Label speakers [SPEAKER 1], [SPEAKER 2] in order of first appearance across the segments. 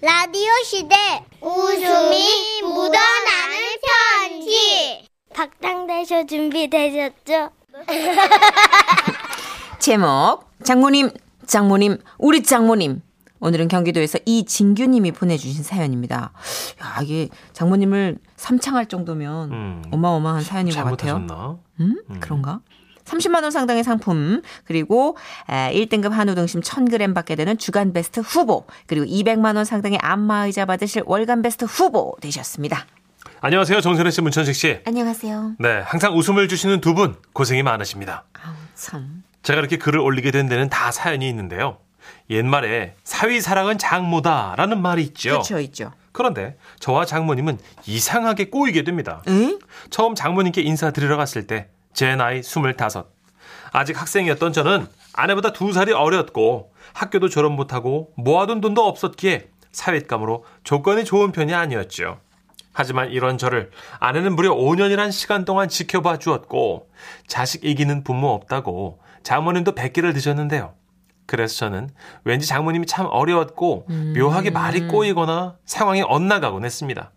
[SPEAKER 1] 라디오 시대 웃음이 묻어나는 편지 박장대쇼 준비되셨죠?
[SPEAKER 2] 제목 장모님 장모님 우리 장모님 오늘은 경기도에서 이진규님이 보내주신 사연입니다. 야 이게 장모님을 삼창할 정도면
[SPEAKER 3] 음.
[SPEAKER 2] 어마어마한 사연인 것 같아요.
[SPEAKER 3] 잘못하셨나?
[SPEAKER 2] 음? 그런가? 30만원 상당의 상품, 그리고 에, 1등급 한우 등심 1000g 받게 되는 주간 베스트 후보, 그리고 200만원 상당의 안마의자 받으실 월간 베스트 후보 되셨습니다.
[SPEAKER 3] 안녕하세요. 정선혜 씨, 문천식 씨.
[SPEAKER 2] 안녕하세요.
[SPEAKER 3] 네, 항상 웃음을 주시는 두 분 고생이 많으십니다.
[SPEAKER 2] 아우, 참.
[SPEAKER 3] 제가 이렇게 글을 올리게 된 데는 다 사연이 있는데요. 옛말에 사위 사랑은 장모다라는 말이 있죠.
[SPEAKER 2] 그렇죠, 있죠.
[SPEAKER 3] 그런데 저와 장모님은 이상하게 꼬이게 됩니다.
[SPEAKER 2] 응?
[SPEAKER 3] 처음 장모님께 인사드리러 갔을 때 제 나이 25. 아직 학생이었던 저는 아내보다 두 살이 어렸고 학교도 졸업 못하고 모아둔 돈도 없었기에 사회감으로 조건이 좋은 편이 아니었죠. 하지만 이런 저를 아내는 무려 5년이란 시간 동안 지켜봐 주었고 자식 이기는 부모 없다고 장모님도 100개를 드셨는데요. 그래서 저는 왠지 장모님이 참 어려웠고 묘하게 말이 꼬이거나 상황이 엇나가곤 했습니다.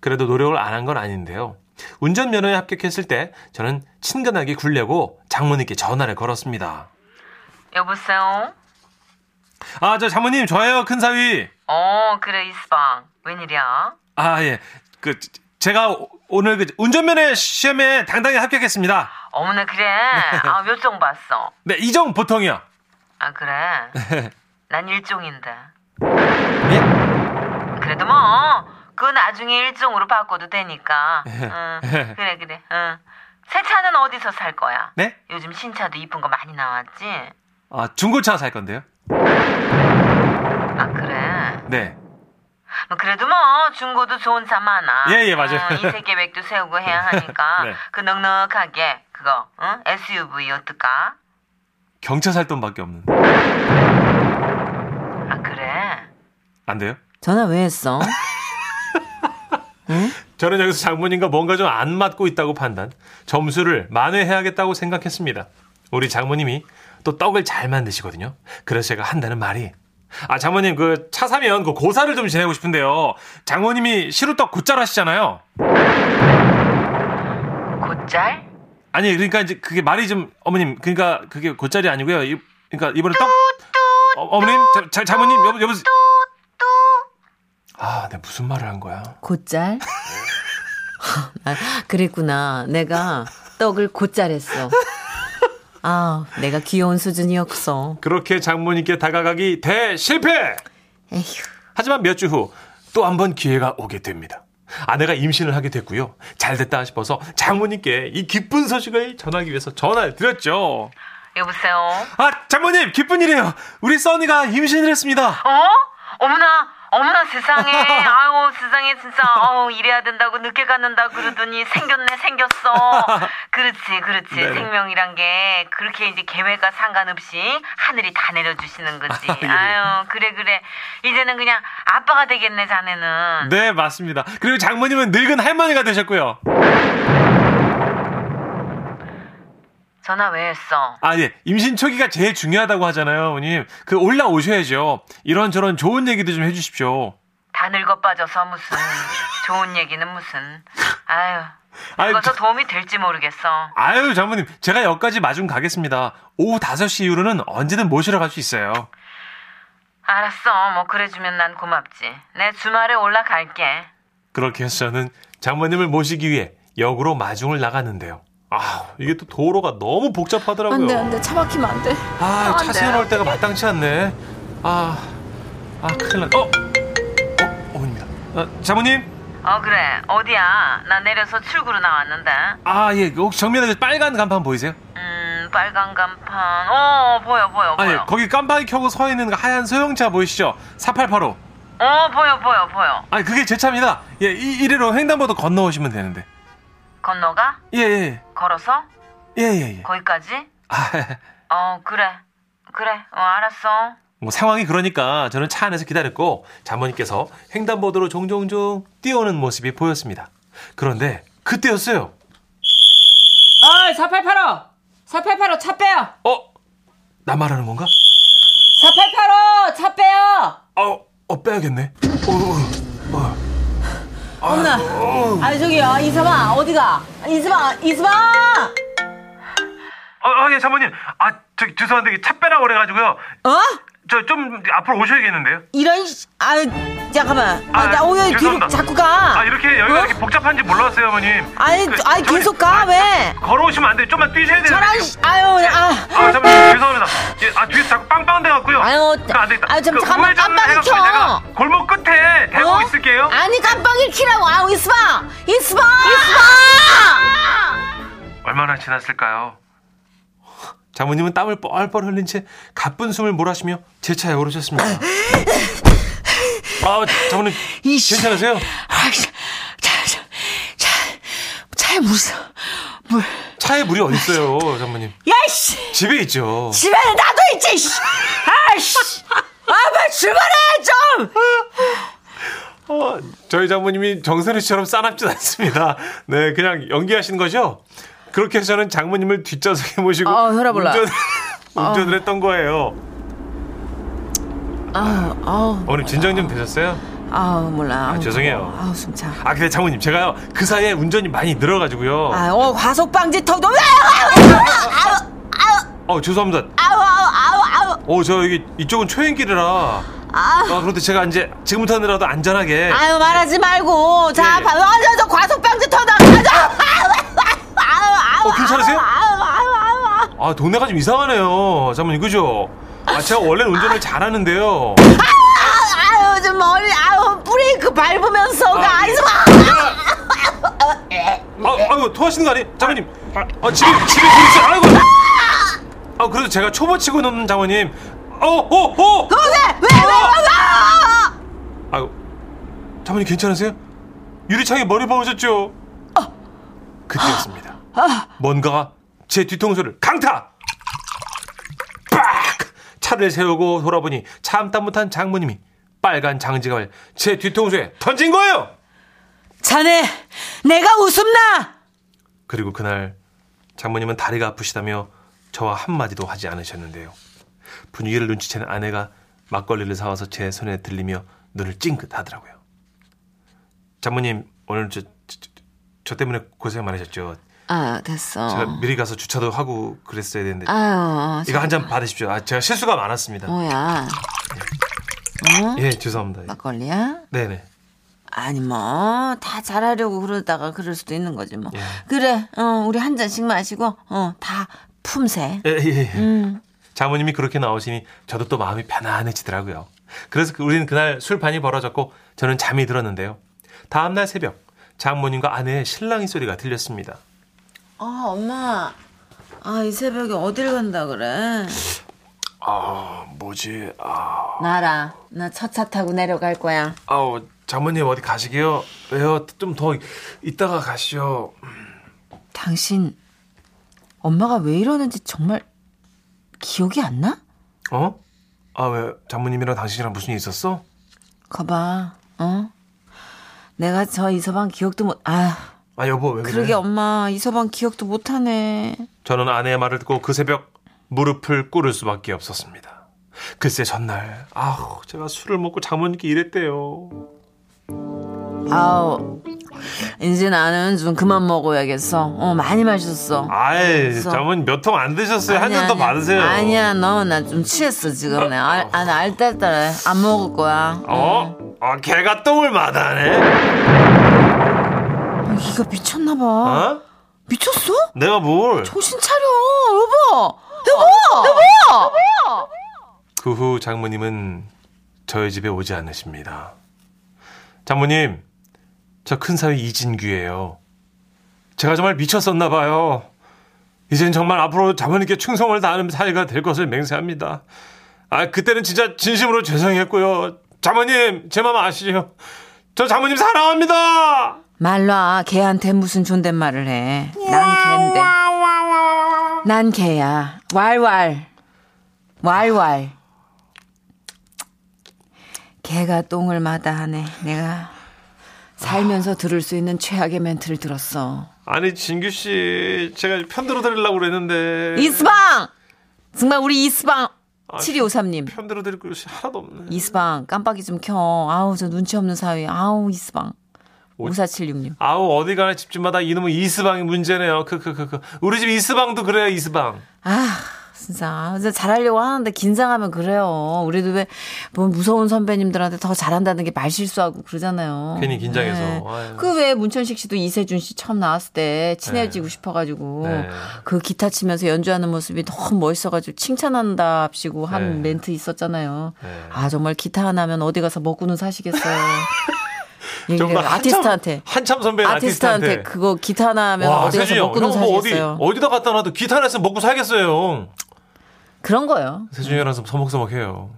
[SPEAKER 3] 그래도 노력을 안 한 건 아닌데요. 운전면허에 합격했을 때 저는 친근하게 굴려고 장모님께 전화를 걸었습니다.
[SPEAKER 4] 여보세요?
[SPEAKER 3] 아, 저 장모님 저예요, 큰 사위.
[SPEAKER 4] 어, 그래, 이스방. 웬일이야?
[SPEAKER 3] 아, 예. 그 제가 오- 오늘 그 운전면허 시험에 당당히 합격했습니다.
[SPEAKER 4] 어머나, 그래. 아, 몇 종 봤어?
[SPEAKER 3] 네, 이정 보통이요.
[SPEAKER 4] 아, 그래. 난 일종인데.
[SPEAKER 3] 예?
[SPEAKER 4] 그래도 뭐, 그건 나중에 일종으로 바꿔도 되니까. 응, 그래, 그래. 응. 새 차는 어디서 살 거야?
[SPEAKER 3] 네?
[SPEAKER 4] 요즘 신차도 이쁜 거 많이 나왔지?
[SPEAKER 3] 아, 중고차 살 건데요.
[SPEAKER 4] 아, 그래.
[SPEAKER 3] 네.
[SPEAKER 4] 뭐 그래도 뭐 중고도 좋은 차 많아.
[SPEAKER 3] 예, 예, 맞아요.
[SPEAKER 4] 어, 인생 계획도 세우고 해야 하니까
[SPEAKER 3] 네.
[SPEAKER 4] 그 넉넉하게 그거 응? SUV 어떨까?
[SPEAKER 3] 경차 살 돈밖에 없는데.
[SPEAKER 4] 아 그래.
[SPEAKER 3] 안 돼요?
[SPEAKER 2] 전화 왜 했어?
[SPEAKER 3] 저는 여기서 장모님과 뭔가 좀 안 맞고 있다고 판단, 점수를 만회해야겠다고 생각했습니다. 우리 장모님이 또 떡을 잘 만드시거든요. 그래서 제가 한다는 말이, 아, 장모님, 그, 차 사면 그 고사를 좀 지내고 싶은데요. 장모님이 시루떡 곧잘 하시잖아요.
[SPEAKER 4] 곧잘?
[SPEAKER 3] 아니, 그러니까 이제 그게 말이 좀, 어머님, 그러니까 그게 곧잘이 아니고요. 이, 그러니까 이번에 떡, 어, 어머님, 자, 자, 장모님, 여보, 여보. 아, 내가 무슨 말을 한 거야?
[SPEAKER 2] 곧잘? 아, 그랬구나. 내가 떡을 곧잘 했어. 아, 내가 귀여운 수준이었어.
[SPEAKER 3] 그렇게 장모님께 다가가기 대실패!
[SPEAKER 2] 에휴.
[SPEAKER 3] 하지만 몇 주 후 또 한 번 기회가 오게 됩니다. 아내가 임신을 하게 됐고요. 잘 됐다 싶어서 장모님께 이 기쁜 소식을 전하기 위해서 전화를 드렸죠.
[SPEAKER 4] 여보세요.
[SPEAKER 3] 아, 장모님, 기쁜 일이에요. 우리 써니가 임신을 했습니다.
[SPEAKER 4] 어? 어머나 어머나 세상에 아유 세상에 진짜 아우 이래야 된다고 늦게 갖는다 그러더니 생겼네 생겼어. 그렇지 그렇지
[SPEAKER 3] 네네.
[SPEAKER 4] 생명이란 게 그렇게 이제 계획과 상관없이 하늘이 다 내려주시는 거지.
[SPEAKER 3] 예.
[SPEAKER 4] 아유 그래 그래 이제는 그냥 아빠가 되겠네 자네는.
[SPEAKER 3] 네, 맞습니다. 그리고 장모님은 늙은 할머니가 되셨고요.
[SPEAKER 4] 전화 왜 했어?
[SPEAKER 3] 아, 예. 임신 초기가 제일 중요하다고 하잖아요, 어머님. 그 올라오셔야죠. 이런저런 좋은 얘기도 좀 해주십시오.
[SPEAKER 4] 다 늙어 빠져서 무슨 좋은 얘기는 무슨 아유
[SPEAKER 3] 아유,
[SPEAKER 4] 그것서
[SPEAKER 3] 저-
[SPEAKER 4] 도움이 될지 모르겠어.
[SPEAKER 3] 아유, 장모님. 제가 여기까지 마중 가겠습니다. 오후 5시 이후로는 언제든 모시러 갈 수 있어요.
[SPEAKER 4] 알았어. 뭐 그래주면 난 고맙지. 내 주말에 올라갈게.
[SPEAKER 3] 그렇게 해서 저는 장모님을 모시기 위해 역으로 마중을 나갔는데요. 아, 이게 또 도로가 너무 복잡하더라고요.
[SPEAKER 2] 안 돼, 안 돼. 차 막히면 안 돼.
[SPEAKER 3] 아,
[SPEAKER 2] 안
[SPEAKER 3] 차
[SPEAKER 2] 돼.
[SPEAKER 3] 세워놓을 때가 마땅치 않네. 아, 아, 큰일 났. 어, 어, 어머니다. 아, 장모님,
[SPEAKER 4] 어 그래. 어디야? 나 내려서 출구로 나왔는데.
[SPEAKER 3] 아, 예, 혹시 정면에 빨간 간판 보이세요?
[SPEAKER 4] 음 빨간 간판. 어 보여 보여
[SPEAKER 3] 아, 예,
[SPEAKER 4] 보여.
[SPEAKER 3] 거기 깜빡이 켜고 서 있는 그 하얀 소형차 보이시죠? 4885.
[SPEAKER 4] 어 보여 보여 보여.
[SPEAKER 3] 아, 그게 제 차입니다. 예, 이, 이리로 횡단보도 건너오시면 되는데.
[SPEAKER 4] 건너가?
[SPEAKER 3] 예, 예,
[SPEAKER 4] 걸어서?
[SPEAKER 3] 예, 예, 예.
[SPEAKER 4] 거기까지?
[SPEAKER 3] 아,
[SPEAKER 4] 어 그래. 그래. 어 알았어.
[SPEAKER 3] 뭐 상황이 그러니까 저는 차 안에서 기다렸고 장모님께서 횡단보도로 종종종 뛰어오는 모습이 보였습니다. 그런데 그때였어요.
[SPEAKER 5] 어이 4885 4885 차 빼요
[SPEAKER 3] 어? 나 말하는 건가?
[SPEAKER 5] 4885 차 빼요
[SPEAKER 6] 아,
[SPEAKER 3] 어, 어 빼야겠네. 어, 어,
[SPEAKER 5] 어머나. 아 저기 아, 이사마 어디가? 아, 이사마 이사마.
[SPEAKER 6] 아, 예, 사모님. 아, 저 죄송한데 차 빼라 그래가지고요.
[SPEAKER 5] 어?
[SPEAKER 6] 저 좀 앞으로 오셔야겠는데요.
[SPEAKER 5] 이런 씨. 아 잠깐만. 아,
[SPEAKER 6] 아,
[SPEAKER 5] 나 오늘 뒤로
[SPEAKER 6] 죄송합니다.
[SPEAKER 5] 자꾸 가.
[SPEAKER 6] 아, 이렇게 여기가
[SPEAKER 5] 어?
[SPEAKER 6] 이렇게 복잡한지 몰랐어요, 어머님.
[SPEAKER 5] 아니
[SPEAKER 6] 그,
[SPEAKER 5] 아니
[SPEAKER 6] 저기-
[SPEAKER 5] 계속 가
[SPEAKER 6] 아, 그
[SPEAKER 5] 왜?
[SPEAKER 6] 걸어오시면 안 돼. 좀만 뛰셔야 되는데.
[SPEAKER 5] 저랑 씨. 아유 아.
[SPEAKER 6] 아, 잠깐만 죄송합니다. 예, 아, 뒤에서 자꾸 빵빵 돼갖고요.
[SPEAKER 5] 아유,
[SPEAKER 6] 그거 안 되겠다.
[SPEAKER 5] 아유, 좀
[SPEAKER 6] 그
[SPEAKER 5] 잠깐만,
[SPEAKER 6] 우회전을
[SPEAKER 5] 깜빡이
[SPEAKER 6] 해갖고
[SPEAKER 5] 켜.
[SPEAKER 6] 제가 골목 끝에 대고
[SPEAKER 5] 어?
[SPEAKER 6] 있을게요.
[SPEAKER 5] 아니 깜빡이 키라고. 아우 이사마 이사마 이사마.
[SPEAKER 6] 얼마나 지났을까요?
[SPEAKER 3] 장모님은 땀을 뻘뻘 흘린 채 가쁜 숨을 몰아쉬며 제 차에 오르셨습니다. 아, 장모님
[SPEAKER 5] 아, 이씨.
[SPEAKER 3] 괜찮으세요?
[SPEAKER 5] 차차차차에 무슨 물?
[SPEAKER 3] 차에 물이 어디 있어요, 장모님?
[SPEAKER 5] 야이씨.
[SPEAKER 3] 집에 있죠.
[SPEAKER 5] 집에는 나도 있지. 씨. 아씨. 아왜 출발해 좀.
[SPEAKER 3] 어, 저희 장모님이 정선우 씨처럼 싸납진 않습니다. 네, 그냥 연기하신 거죠? 그렇게 해서 저는 장모님을 뒷좌석에 모시고
[SPEAKER 5] 아, 혈압올라.
[SPEAKER 3] 운전을, 운전을 했던 거예요.
[SPEAKER 5] 아, 아우,
[SPEAKER 3] 어머님 진정 좀 되셨어요?
[SPEAKER 5] 아우 몰라. 아우,
[SPEAKER 3] 죄송해요.
[SPEAKER 5] 아우 숨차.
[SPEAKER 3] 아, 근데 장모님 제가요 그 사이에 운전이 많이 늘어가지고요.
[SPEAKER 5] 아, 어 과속 방지 터도.
[SPEAKER 3] 어, 죄송합니다.
[SPEAKER 5] 아우 아우 아우 아우.
[SPEAKER 3] 어, 저 여기 이쪽은 초행길이라.
[SPEAKER 5] 아.
[SPEAKER 3] 아, 그런데 제가 이제 지금부터라도 안전하게.
[SPEAKER 5] 아유 말하지 말고 자
[SPEAKER 3] 예, 예.
[SPEAKER 5] 봐. 어저 저 과속 방지 터도. 가자. 아우 아우 아우.
[SPEAKER 3] 어, 괜찮으세요?
[SPEAKER 5] 아우 아우 아우. 아우.
[SPEAKER 3] 아, 동네가 좀 이상하네요. 장모님, 그죠? 아, 제가 원래는 운전을 잘하는데요.
[SPEAKER 5] 아유 좀 머리 아우 브레이크 밟으면서 가. 아이스
[SPEAKER 3] 아, 아이고 토하시는 거 아니에요? 장모님. 아, 집에 집에 돈 있어. 아이고. 아, 그래도 제가 초보 치고 넘는 장모님. 어, 어, 어.
[SPEAKER 5] 왜왜왜 왜?
[SPEAKER 3] 아이고. 장모님 괜찮으세요? 유리창에 머리 박으셨죠?
[SPEAKER 5] 어.
[SPEAKER 3] 그때였습니다.
[SPEAKER 5] 아.
[SPEAKER 3] 뭔가가 제 뒤통수를 강타. 빡! 차를 세우고 돌아보니 참다 못한 장모님이 빨간 장지갑을 제 뒤통수에 던진 거예요.
[SPEAKER 5] 자네 내가 웃음나.
[SPEAKER 3] 그리고 그날 장모님은 다리가 아프시다며 저와 한마디도 하지 않으셨는데요. 분위기를 눈치챈 아내가 막걸리를 사와서 제 손에 들리며 눈을 찡긋 하더라고요. 장모님 오늘 저, 저, 저- 저 때문에 고생 많으셨죠.
[SPEAKER 5] 아 됐어.
[SPEAKER 3] 제가 미리 가서 주차도 하고 그랬어야 되는데
[SPEAKER 5] 아유
[SPEAKER 3] 이거 한 잔 받으십시오. 아, 제가 실수가 많았습니다.
[SPEAKER 5] 뭐야? 어?
[SPEAKER 3] 예 죄송합니다.
[SPEAKER 5] 막걸리야?
[SPEAKER 3] 네네.
[SPEAKER 5] 아니 뭐 다 잘하려고 그러다가 그럴 수도 있는 거지 뭐.
[SPEAKER 3] 예.
[SPEAKER 5] 그래, 어 우리 한 잔씩 마시고 어 다 품새.
[SPEAKER 3] 예, 예, 예.
[SPEAKER 5] 음.
[SPEAKER 3] 장모님이 그렇게 나오시니 저도 또 마음이 편안해지더라고요. 그래서 그- 우리는 그날 술판이 벌어졌고 저는 잠이 들었는데요. 다음날 새벽 장모님과 아내의 신랑이 소리가 들렸습니다.
[SPEAKER 5] 아 엄마, 아 이 새벽에 어딜 간다 그래?
[SPEAKER 3] 아 뭐지? 아,
[SPEAKER 5] 나라, 나 첫 차 타고 내려갈 거야.
[SPEAKER 3] 아우 장모님 어디 가시게요? 왜요? 좀 더 이따가 가시죠.
[SPEAKER 5] 당신 엄마가 왜 이러는지 정말 기억이 안 나?
[SPEAKER 3] 어? 아 왜 장모님이랑 당신이랑 무슨 일 있었어?
[SPEAKER 5] 거봐, 어? 내가 저 이서방 기억도 못. 아,
[SPEAKER 3] 아 여보 왜 그래?
[SPEAKER 5] 그러게 엄마 이서방 기억도 못하네.
[SPEAKER 3] 저는 아내의 말을 듣고 그 새벽 무릎을 꿇을 수밖에 없었습니다. 글쎄 전날 아우 제가 술을 먹고 장모님께 이랬대요.
[SPEAKER 5] 아우 이제 나는 좀 그만 먹어야겠어. 어 많이 마셨어.
[SPEAKER 3] 아이
[SPEAKER 5] 그래서-
[SPEAKER 3] 장모님 몇 통 안 드셨어요? 한 잔 더
[SPEAKER 5] 아니야.
[SPEAKER 3] 받으세요.
[SPEAKER 5] 아니야 너 나 좀 취했어 지금 내 알, 아, 나 알딸딸해 안 먹을 거야.
[SPEAKER 3] 어?
[SPEAKER 5] 네.
[SPEAKER 3] 아 개가 똥을 마다네.
[SPEAKER 5] 아, 이거 미쳤나 봐.
[SPEAKER 3] 어?
[SPEAKER 5] 미쳤어?
[SPEAKER 3] 내가 뭘?
[SPEAKER 5] 정신 차려
[SPEAKER 3] 어?
[SPEAKER 5] 여보. 여보. 여보.
[SPEAKER 3] 그 후 장모님은 저희 집에 오지 않으십니다. 장모님, 저 큰 사위 이진규예요. 제가 정말 미쳤었나 봐요. 이젠 정말 앞으로 장모님께 충성을 다하는 사이가 될 것을 맹세합니다. 아, 그때는 진짜 진심으로 죄송했고요. 장모님, 제 마음 아시죠? 저 장모님 사랑합니다!
[SPEAKER 5] 말라 걔한테 무슨 존댓말을 해. 난 걔인데. 난 걔야. 왈왈. 왈왈. 걔가 똥을 마다하네. 내가 살면서 들을 수 있는 최악의 멘트를 들었어.
[SPEAKER 3] 아니, 진규씨, 제가 편 들어드리려고 그랬는데.
[SPEAKER 5] 이스방! 정말 우리 이스방
[SPEAKER 3] 아,
[SPEAKER 5] 7253님.
[SPEAKER 3] 편 들어드릴 것이 하나도 없네.
[SPEAKER 5] 이스방 깜빡이 좀 켜. 아우 저 눈치 없는 사위. 아우 이스방.
[SPEAKER 3] 오-
[SPEAKER 5] 5476님.
[SPEAKER 3] 아우 어디 가나 집집마다 이놈의 이스방이 문제네요. 그, 크크크크. 우리 집 이스방도 그래요 이스방.
[SPEAKER 5] 아 진짜 진짜 잘하려고 하는데 긴장하면 그래요. 우리도 왜 뭐 무서운 선배님들한테 더 잘한다는 게 말실수하고 그러잖아요.
[SPEAKER 3] 괜히 긴장해서.
[SPEAKER 5] 네.
[SPEAKER 3] 아유.
[SPEAKER 5] 그 왜 문천식 씨도 이세준 씨 처음 나왔을 때 친해지고 싶어가지고
[SPEAKER 3] 네.
[SPEAKER 5] 그 기타 치면서 연주하는 모습이 너무 멋있어가지고 칭찬한답시고 한
[SPEAKER 3] 네.
[SPEAKER 5] 멘트 있었잖아요.
[SPEAKER 3] 네.
[SPEAKER 5] 아 정말 기타 하나면 어디 가서 먹고는 사시겠어요.
[SPEAKER 3] 정말 한참-
[SPEAKER 5] 얘기를 예. 아티스트한테
[SPEAKER 3] 한참 선배인
[SPEAKER 5] 아티스트한테,
[SPEAKER 3] 아티스트한테.
[SPEAKER 5] 그거 기타 하나면 어디 가서
[SPEAKER 3] 세준이 형,
[SPEAKER 5] 먹고는
[SPEAKER 3] 형은 뭐 어디
[SPEAKER 5] 사시겠어요.
[SPEAKER 3] 어디다 갖다 놔도 기타 하나 있으면 먹고 살겠어요.
[SPEAKER 5] 그런 거예요.
[SPEAKER 3] 세준이 형이랑 서먹서먹해요.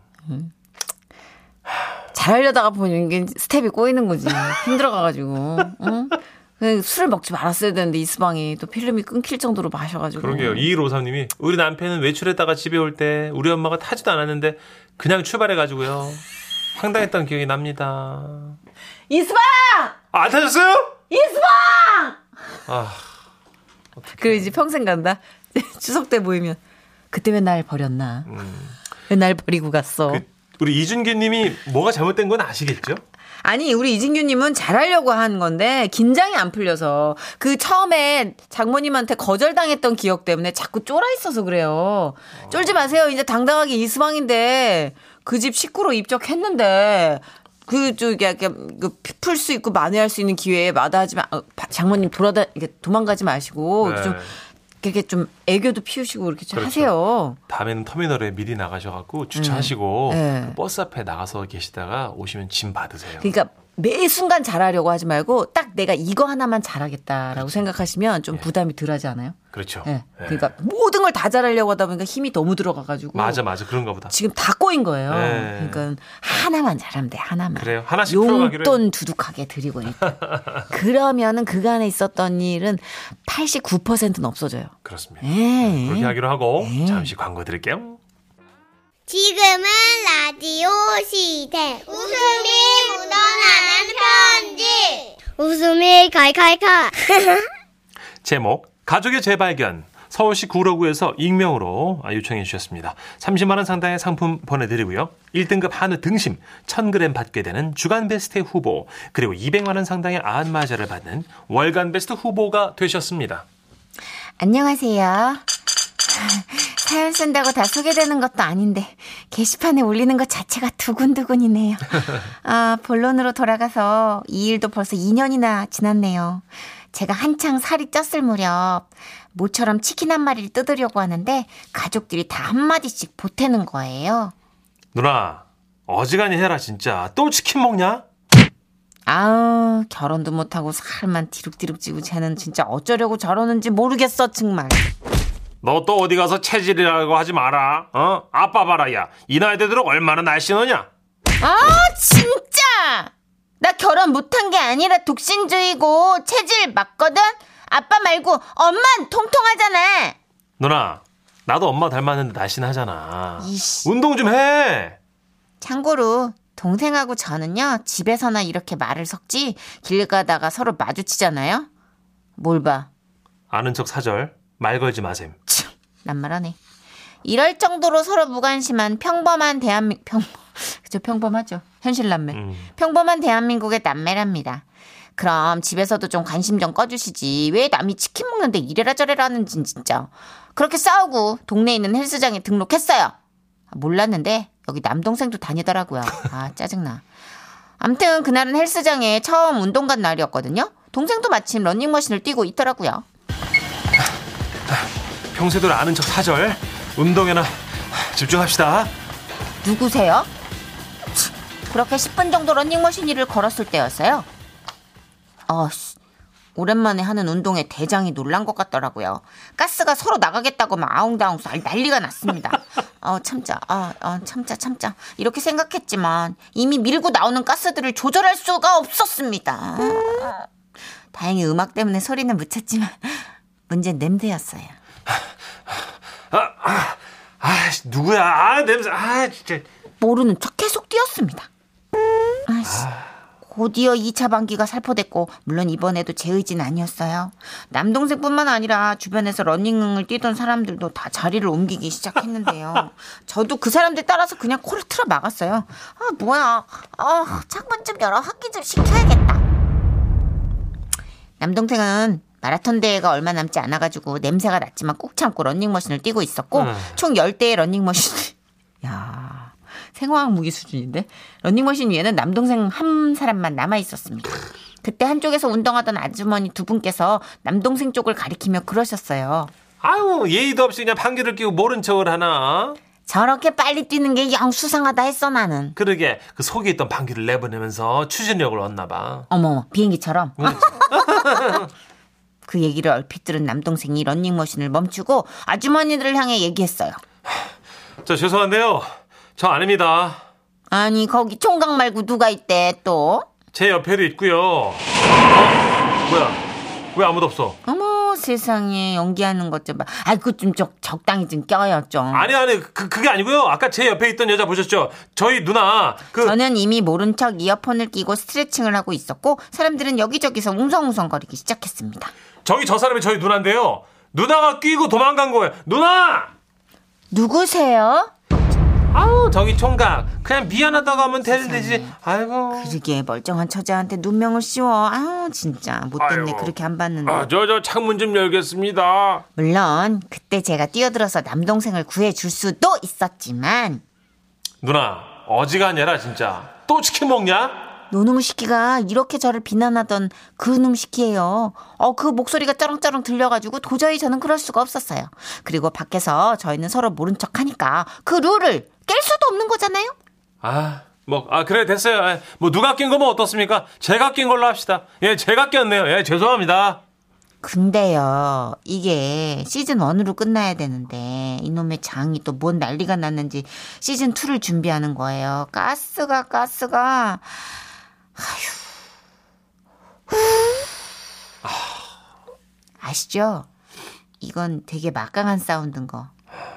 [SPEAKER 5] 잘하려다가 보니 이게 스텝이 꼬이는 거지. 힘들어가가지고. 응? 그 술을 먹지 말았어야 되는데 이스방이 또 필름이 끊길 정도로 마셔가지고.
[SPEAKER 3] 그러게요. 2153님이 우리 남편은 외출했다가 집에 올 때 우리 엄마가 타지도 않았는데 그냥 출발해가지고요. 황당했던 기억이 납니다.
[SPEAKER 5] 이스방!
[SPEAKER 3] 아, 안 타셨어요?
[SPEAKER 5] 이스방!
[SPEAKER 3] 아,
[SPEAKER 5] 그리고 이제 평생 간다. 추석 때 모이면 그때 왜 날 버렸나? 왜 날 버리고 갔어?
[SPEAKER 3] 음. 그, 우리 이준기님이 뭐가 잘못된 건 아시겠죠?
[SPEAKER 5] 아니 우리 이진규님은 잘하려고 한 건데 긴장이 안 풀려서 그 처음에 장모님한테 거절당했던 기억 때문에 자꾸 쫄아 있어서 그래요. 쫄지 마세요. 이제 당당하게 이스방인데 그 집 식구로 입적했는데. 그 그저풀수 있고 만회할 수 있는 기회에 마다하지 마 어, 바- 장모님 돌아다 이렇게 도망가지 마시고
[SPEAKER 3] 네.
[SPEAKER 5] 좀 이렇게 좀 애교도 피우시고 이렇게 좀
[SPEAKER 3] 그렇죠.
[SPEAKER 5] 하세요.
[SPEAKER 3] 다음에는 터미널에 미리 나가셔갖고 주차하시고
[SPEAKER 5] 네.
[SPEAKER 3] 그 버스 앞에 나가서 계시다가 오시면 짐 받으세요.
[SPEAKER 5] 그러니까 매 순간 잘하려고 하지 말고 딱 내가 이거 하나만 잘하겠다라고 생각하시면 좀 부담이 덜하지 않아요?
[SPEAKER 3] 그렇죠.
[SPEAKER 5] 예.
[SPEAKER 3] 예.
[SPEAKER 5] 그러니까 모든 걸 다 잘하려고 하다 보니까 힘이 너무 들어가가지고
[SPEAKER 3] 맞아, 맞아. 그런가 보다.
[SPEAKER 5] 지금 다 꼬인 거예요.
[SPEAKER 3] 예.
[SPEAKER 5] 그러니까 하나만 잘하면 돼 하나만.
[SPEAKER 3] 그래요. 하나씩 풀어가기로
[SPEAKER 5] 용돈 두둑하게 드리고 일단. 그러면은 그간에 있었던 일은 89%는 없어져요.
[SPEAKER 3] 그렇습니다.
[SPEAKER 5] 예.
[SPEAKER 3] 네, 그렇게 하기로 하고 잠시 광고 드릴게요.
[SPEAKER 1] 지금은 라디오 시대. 웃음이 묻어나는 편지. 웃음이 칼칼칼.
[SPEAKER 3] 제목 가족의 재발견 서울시 구로구에서 익명으로 요청해 주셨습니다. 30만 원 상당의 상품 보내드리고요. 1등급 한우 등심 1000g 받게 되는 주간베스트 후보 그리고 200만 원 상당의 안마자를 받는 월간베스트 후보가 되셨습니다.
[SPEAKER 5] 안녕하세요. 사연 쓴다고 다 소개되는 것도 아닌데 게시판에 올리는 것 자체가 두근두근이네요. 아, 본론으로 돌아가서 이 일도 벌써 2년이나 지났네요. 제가 한창 살이 쪘을 무렵 모처럼 치킨 한 마리를 뜯으려고 하는데 가족들이 다 한 마디씩 보태는 거예요.
[SPEAKER 3] 누나 어지간히 해라 진짜 또 치킨 먹냐?
[SPEAKER 5] 아우 결혼도 못하고 살만 디룩디룩 찌고 쟤는 진짜 어쩌려고 저러는지 모르겠어 정말.
[SPEAKER 3] 너 또 어디 가서 체질이라고 하지 마라. 어? 아빠 봐라 야. 이 나이 되도록 얼마나 날씬하냐?
[SPEAKER 5] 아 진짜 나 결혼 못한 게 아니라 독신주의고 체질 맞거든 아빠 말고 엄만 통통하잖아
[SPEAKER 3] 누나 나도 엄마 닮았는데 날씬하잖아.
[SPEAKER 5] 이씨.
[SPEAKER 3] 운동 좀 해.
[SPEAKER 5] 참고로 동생하고 저는요 집에서나 이렇게 말을 섞지 길 가다가 서로 마주치잖아요 뭘봐
[SPEAKER 3] 아는 척 사절 말 걸지 마셈.
[SPEAKER 5] 낱말하네 이럴 정도로 서로 무관심한 평범한 대한민 평 그죠 평범하죠 현실 남매
[SPEAKER 3] 음.
[SPEAKER 5] 평범한 대한민국의 남매랍니다. 그럼 집에서도 좀 관심 좀 꺼주시지. 왜 남이 치킨 먹는데 이래라 저래라 하는지 진짜. 그렇게 싸우고 동네에 있는 헬스장에 등록했어요. 아, 몰랐는데 여기 남동생도 다니더라고요. 아 짜증나. 암튼 그날은 헬스장에 처음 운동 간 날이었거든요. 동생도 마침 러닝머신을 뛰고 있더라고요.
[SPEAKER 3] 평소에도 아는 척 사절 운동에나 집중합시다.
[SPEAKER 5] 누구세요? 그렇게 10분 정도 러닝머신 일을 걸었을 때였어요. 어, 씨. 오랜만에 하는 운동에 대장이 놀란 것 같더라고요. 가스가 서로 나가겠다고 막 아웅다웅 살 난리가 났습니다. 어, 참자, 어, 어, 참자, 참자. 이렇게 생각했지만 이미 밀고 나오는 가스들을 조절할 수가 없었습니다. 다행히 음악 때문에 소리는 묻혔지만 문제는 냄새였어요.
[SPEAKER 3] 아 누구야? 아 냄새. 아 진짜.
[SPEAKER 5] 모르는 척 계속 뛰었습니다. 아씨, 곧이어 2차 반기가 살포됐고 물론 이번에도 제 의지는 아니었어요. 남동생뿐만 아니라 주변에서 러닝을 뛰던 사람들도 다 자리를 옮기기 시작했는데요. 저도 그 사람들 따라서 그냥 코를 틀어 막았어요. 아 뭐야? 아 창문 좀 열어 환기 좀 시켜야겠다. 남동생은 마라톤 대회가 얼마 남지 않아가지고 냄새가 났지만 꾹 참고 런닝머신을 뛰고 있었고
[SPEAKER 3] 음.
[SPEAKER 5] 총 10대의 런닝머신 야 생화학 무기 수준인데 런닝머신 위에는 남동생 한 사람만 남아 있었습니다. 그때 한쪽에서 운동하던 아주머니 두 분께서 남동생 쪽을 가리키며 그러셨어요.
[SPEAKER 3] 아유 예의도 없이 그냥 방귀를 끼고 모른 척을 하나
[SPEAKER 5] 저렇게 빨리 뛰는 게 영 수상하다 했어 나는.
[SPEAKER 3] 그러게 그 속에 있던 방귀를 내보내면서 추진력을 얻나 봐
[SPEAKER 5] 어머 비행기처럼
[SPEAKER 3] 음.
[SPEAKER 5] 그 얘기를 얼핏 들은 남동생이 런닝머신을 멈추고 아주머니들을 향해 얘기했어요.
[SPEAKER 3] 저 죄송한데요 저 아닙니다
[SPEAKER 5] 아니 거기 총각 말고 누가 있대 또?
[SPEAKER 3] 제 옆에도 있고요 어? 뭐야 왜 아무도 없어
[SPEAKER 5] 어머 세상에 연기하는 것 좀 봐. 아이 그좀 적당히 좀 껴요 좀.
[SPEAKER 3] 아니 아니 그, 그게 아니고요 아까 제 옆에 있던 여자 보셨죠 저희 누나 그
[SPEAKER 5] 저는 이미 모른 척 이어폰을 끼고 스트레칭을 하고 있었고 사람들은 여기저기서 웅성웅성거리기 시작했습니다.
[SPEAKER 3] 저기 저 사람이 저희 누나인데요 누나가 끼고 도망간 거예요 누나
[SPEAKER 5] 누구세요?
[SPEAKER 3] 아우 저기 총각 그냥 미안하다고 하면 될 되지 아이고
[SPEAKER 5] 그러게 멀쩡한 처자한테 눈명을 씌워. 아우 진짜 못됐네
[SPEAKER 3] 아이고.
[SPEAKER 5] 그렇게 안 봤는데.
[SPEAKER 3] 저저 창문 좀 열겠습니다
[SPEAKER 5] 물론 그때 제가 뛰어들어서 남동생을 구해줄 수도 있었지만
[SPEAKER 3] 누나 어지간해라 진짜 또 치킨 먹냐?
[SPEAKER 5] 노num시키가 이렇게 저를 비난하던 그 num시키예요. 어, 그 목소리가 쩌렁쩌렁 들려가지고 도저히 저는 그럴 수가 없었어요. 그리고 밖에서 저희는 서로 모른 척 하니까 그 룰을 깰 수도 없는 거잖아요?
[SPEAKER 3] 아, 뭐, 아, 그래, 됐어요. 예, 뭐, 누가 낀 거면 어떻습니까? 제가 낀 걸로 합시다. 예, 제가 꼈네요. 예, 죄송합니다.
[SPEAKER 5] 근데요, 이게 시즌 1으로 끝나야 되는데, 이놈의 장이 또 뭔 난리가 났는지 시즌 2를 준비하는 거예요. 가스가, 가스가. 아. 아휴. 아시죠? 이건 되게 막강한 사운드인 거.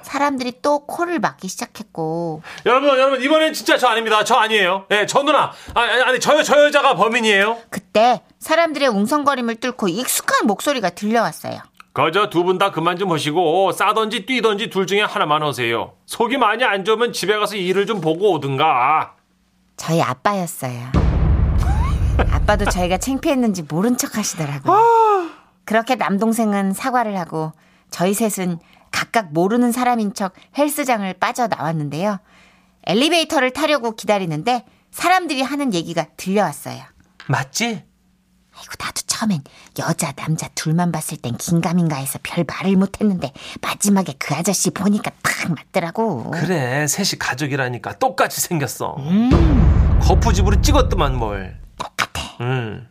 [SPEAKER 5] 사람들이 또 코를 막기 시작했고,
[SPEAKER 3] 여러분, 여러분, 이번엔 진짜 저 아닙니다. 저 아니에요. 예, 저 누나. 아, 아니, 아니, 저, 저 여자가 범인이에요.
[SPEAKER 5] 그때 사람들의 웅성거림을 뚫고 익숙한 목소리가 들려왔어요.
[SPEAKER 3] 거저 두 분 다 그만 좀 하시고, 싸던지 뛰던지 둘 중에 하나만 하세요. 속이 많이 안 좋으면 집에 가서 일을 좀 보고 오든가.
[SPEAKER 5] 저희 아빠였어요. 아빠도 저희가 창피했는지 모른 척 하시더라고요.
[SPEAKER 3] 아.
[SPEAKER 5] 그렇게 남동생은 사과를 하고 저희 셋은 각각 모르는 사람인 척 헬스장을 빠져나왔는데요. 엘리베이터를 타려고 기다리는데 사람들이 하는 얘기가 들려왔어요.
[SPEAKER 3] 맞지?
[SPEAKER 5] 아이고 나도 처음엔 여자 남자 둘만 봤을 땐 긴가민가 해서 별 말을 못했는데 마지막에 그 아저씨 보니까 딱 맞더라고.
[SPEAKER 3] 그래, 셋이 가족이라니까 똑같이 생겼어. 음. 거푸집으로 찍었더만 뭘.
[SPEAKER 5] 똑같아.
[SPEAKER 3] 음.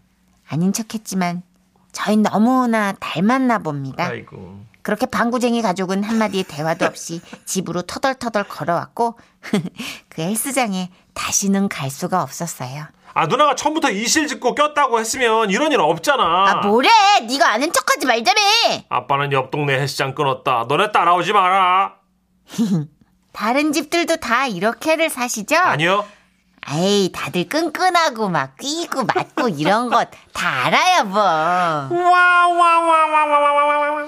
[SPEAKER 5] 아닌 척했지만 저희 너무나 닮았나 봅니다.
[SPEAKER 3] 아이고.
[SPEAKER 5] 그렇게 방구쟁이 가족은 한마디의 대화도 없이 집으로 터덜터덜 걸어왔고 그 헬스장에 다시는 갈 수가 없었어요.
[SPEAKER 3] 아 누나가 처음부터 이실 짓고 꼈다고 했으면 이런 일 없잖아.
[SPEAKER 5] 아 뭐래? 네가 아는 척하지 말자며.
[SPEAKER 3] 빠는옆 동네 헬스장 끊었다. 너네 따라오지 마라.
[SPEAKER 5] 다른 집들도 다 이렇게를 사시죠?
[SPEAKER 3] 아니요.
[SPEAKER 5] 에이 다들 끈끈하고 막 끼고 맞고 이런 것 다 알아요 뭐.
[SPEAKER 3] 와와와와와와와.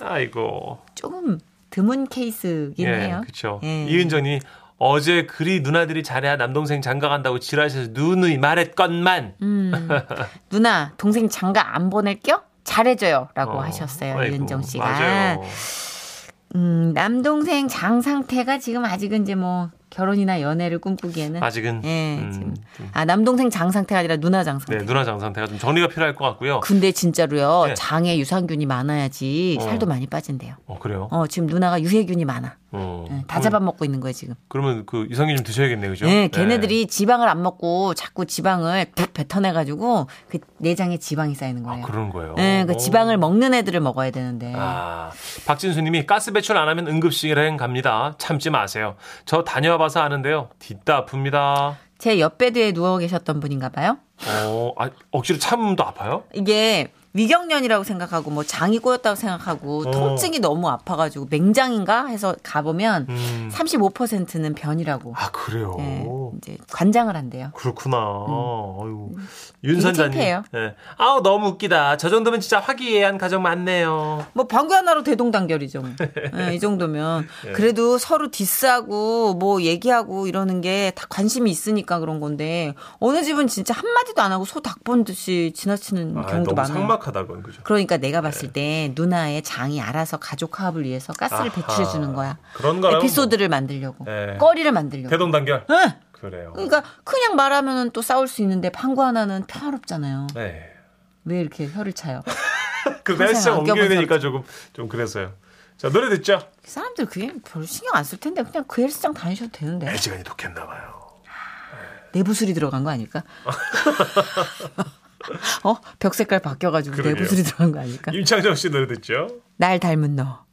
[SPEAKER 3] 아이고.
[SPEAKER 5] 조금 드문 케이스긴
[SPEAKER 3] 예,
[SPEAKER 5] 해요.
[SPEAKER 3] 그렇죠.
[SPEAKER 5] 예.
[SPEAKER 3] 이은정님 어제 그리 누나들이 자네야 남동생 장가 간다고 지랄해서 누누이 말했건만.
[SPEAKER 5] 음. 누나 동생 장가 안 보낼게요? 잘해줘요라고
[SPEAKER 3] 어,
[SPEAKER 5] 하셨어요
[SPEAKER 3] 아이고,
[SPEAKER 5] 이은정 씨가.
[SPEAKER 3] 맞아요.
[SPEAKER 5] 음, 남동생 장 상태가 지금 아직은 이제 뭐 결혼이나 연애를 꿈꾸기에는
[SPEAKER 3] 아직은
[SPEAKER 5] 예,
[SPEAKER 3] 음,
[SPEAKER 5] 지금.
[SPEAKER 3] 좀,
[SPEAKER 5] 아 남동생 장 상태가 아니라 누나 장 상태.
[SPEAKER 3] 네 누나 장 상태가 좀 정리가 필요할 것 같고요.
[SPEAKER 5] 근데 진짜로요
[SPEAKER 3] 네.
[SPEAKER 5] 장에 유산균이 많아야지
[SPEAKER 3] 어.
[SPEAKER 5] 살도 많이 빠진대요.
[SPEAKER 3] 어 그래요.
[SPEAKER 5] 어 지금 누나가 유해균이 많아.
[SPEAKER 3] 어.
[SPEAKER 5] 예, 다 잡아먹고 있는 거예요 지금.
[SPEAKER 3] 그러면 그 유산균 좀 드셔야겠네요, 그죠?
[SPEAKER 5] 예, 걔네들이 지방을 안 먹고 자꾸 지방을 푹 뱉어내가지고 그 내장에 지방이 쌓이는
[SPEAKER 3] 아,
[SPEAKER 5] 거예요.
[SPEAKER 3] 그런 거예요.
[SPEAKER 5] 예, 그
[SPEAKER 3] 오.
[SPEAKER 5] 지방을 예. 먹는 애들을 먹어야 되는데.
[SPEAKER 3] 아, 박진수님이 가스 배출 안 하면 응급실행 갑니다. 참지 마세요. 저 다녀와 봐서 아는데요. 뒷다 어, 아픕니다.
[SPEAKER 5] 제 옆베드에 누워 계셨던 분인가 봐요.
[SPEAKER 3] 어, 아, 억지로 참음도 아파요?
[SPEAKER 5] 이게 위경련이라고 생각하고 뭐 장이 꼬였다고 생각하고
[SPEAKER 3] 어.
[SPEAKER 5] 통증이 너무 아파가지고 맹장인가 해서 가보면
[SPEAKER 3] 음.
[SPEAKER 5] 35%는 변이라고
[SPEAKER 3] 아 그래요.
[SPEAKER 5] 예, 음. 이제 관장을 한대요.
[SPEAKER 3] 그렇구나. 아유. 윤선자님.
[SPEAKER 5] 창피해요.
[SPEAKER 3] 예. 아우 너무 웃기다. 저 정도면 진짜 화기애애한 가정 많네요.
[SPEAKER 5] 뭐 방귀 하나로 대동단결이죠. 뭐. 예, 이 정도면 그래도 서로 디스하고 뭐 얘기하고 이러는 게 다 관심이 있으니까 그런 건데 어느 집은 진짜 한 마디도 안 하고 소 닭 본 듯이 지나치는
[SPEAKER 3] 아,
[SPEAKER 5] 음,
[SPEAKER 3] 너무
[SPEAKER 5] 경우도 많아요.
[SPEAKER 3] 상막하다 그건 그죠.
[SPEAKER 5] 그러니까 내가 봤을 때 누나의 장이 알아서 가족 화합을 위해서 가스를
[SPEAKER 3] 네. 아하.
[SPEAKER 5] 배출해 주는 거야.
[SPEAKER 3] 그런 거라면
[SPEAKER 5] 에피소드를 만들려고,
[SPEAKER 3] 예.
[SPEAKER 5] 꺼리를 만들려고.
[SPEAKER 3] 대동단결.
[SPEAKER 5] 예.
[SPEAKER 3] 그래요.
[SPEAKER 5] 그러니까 그냥 말하면 또 싸울 수 있는데 판구 하나는 평화롭잖아요.
[SPEAKER 3] 네.
[SPEAKER 5] 왜 이렇게 혀를 차요?
[SPEAKER 3] 그
[SPEAKER 5] 항상
[SPEAKER 3] 날씨가 옮겨야
[SPEAKER 5] 안경은
[SPEAKER 3] 되니까 조금 좀 그래서요. 자 노래 듣죠.
[SPEAKER 5] 사람들 그게 별 신경 안 쓸 텐데 그냥 그 헬스장 다니셔도 되는데.
[SPEAKER 3] 애 시간이 독했나 봐요.
[SPEAKER 5] 내부술이 들어간 거 아닐까? 어? 벽 색깔 바뀌어가지고
[SPEAKER 3] 그러게요.
[SPEAKER 5] 내부술이 들어간 거 아닐까?
[SPEAKER 3] 임창정 씨 노래 듣죠.
[SPEAKER 5] 날 닮은 너.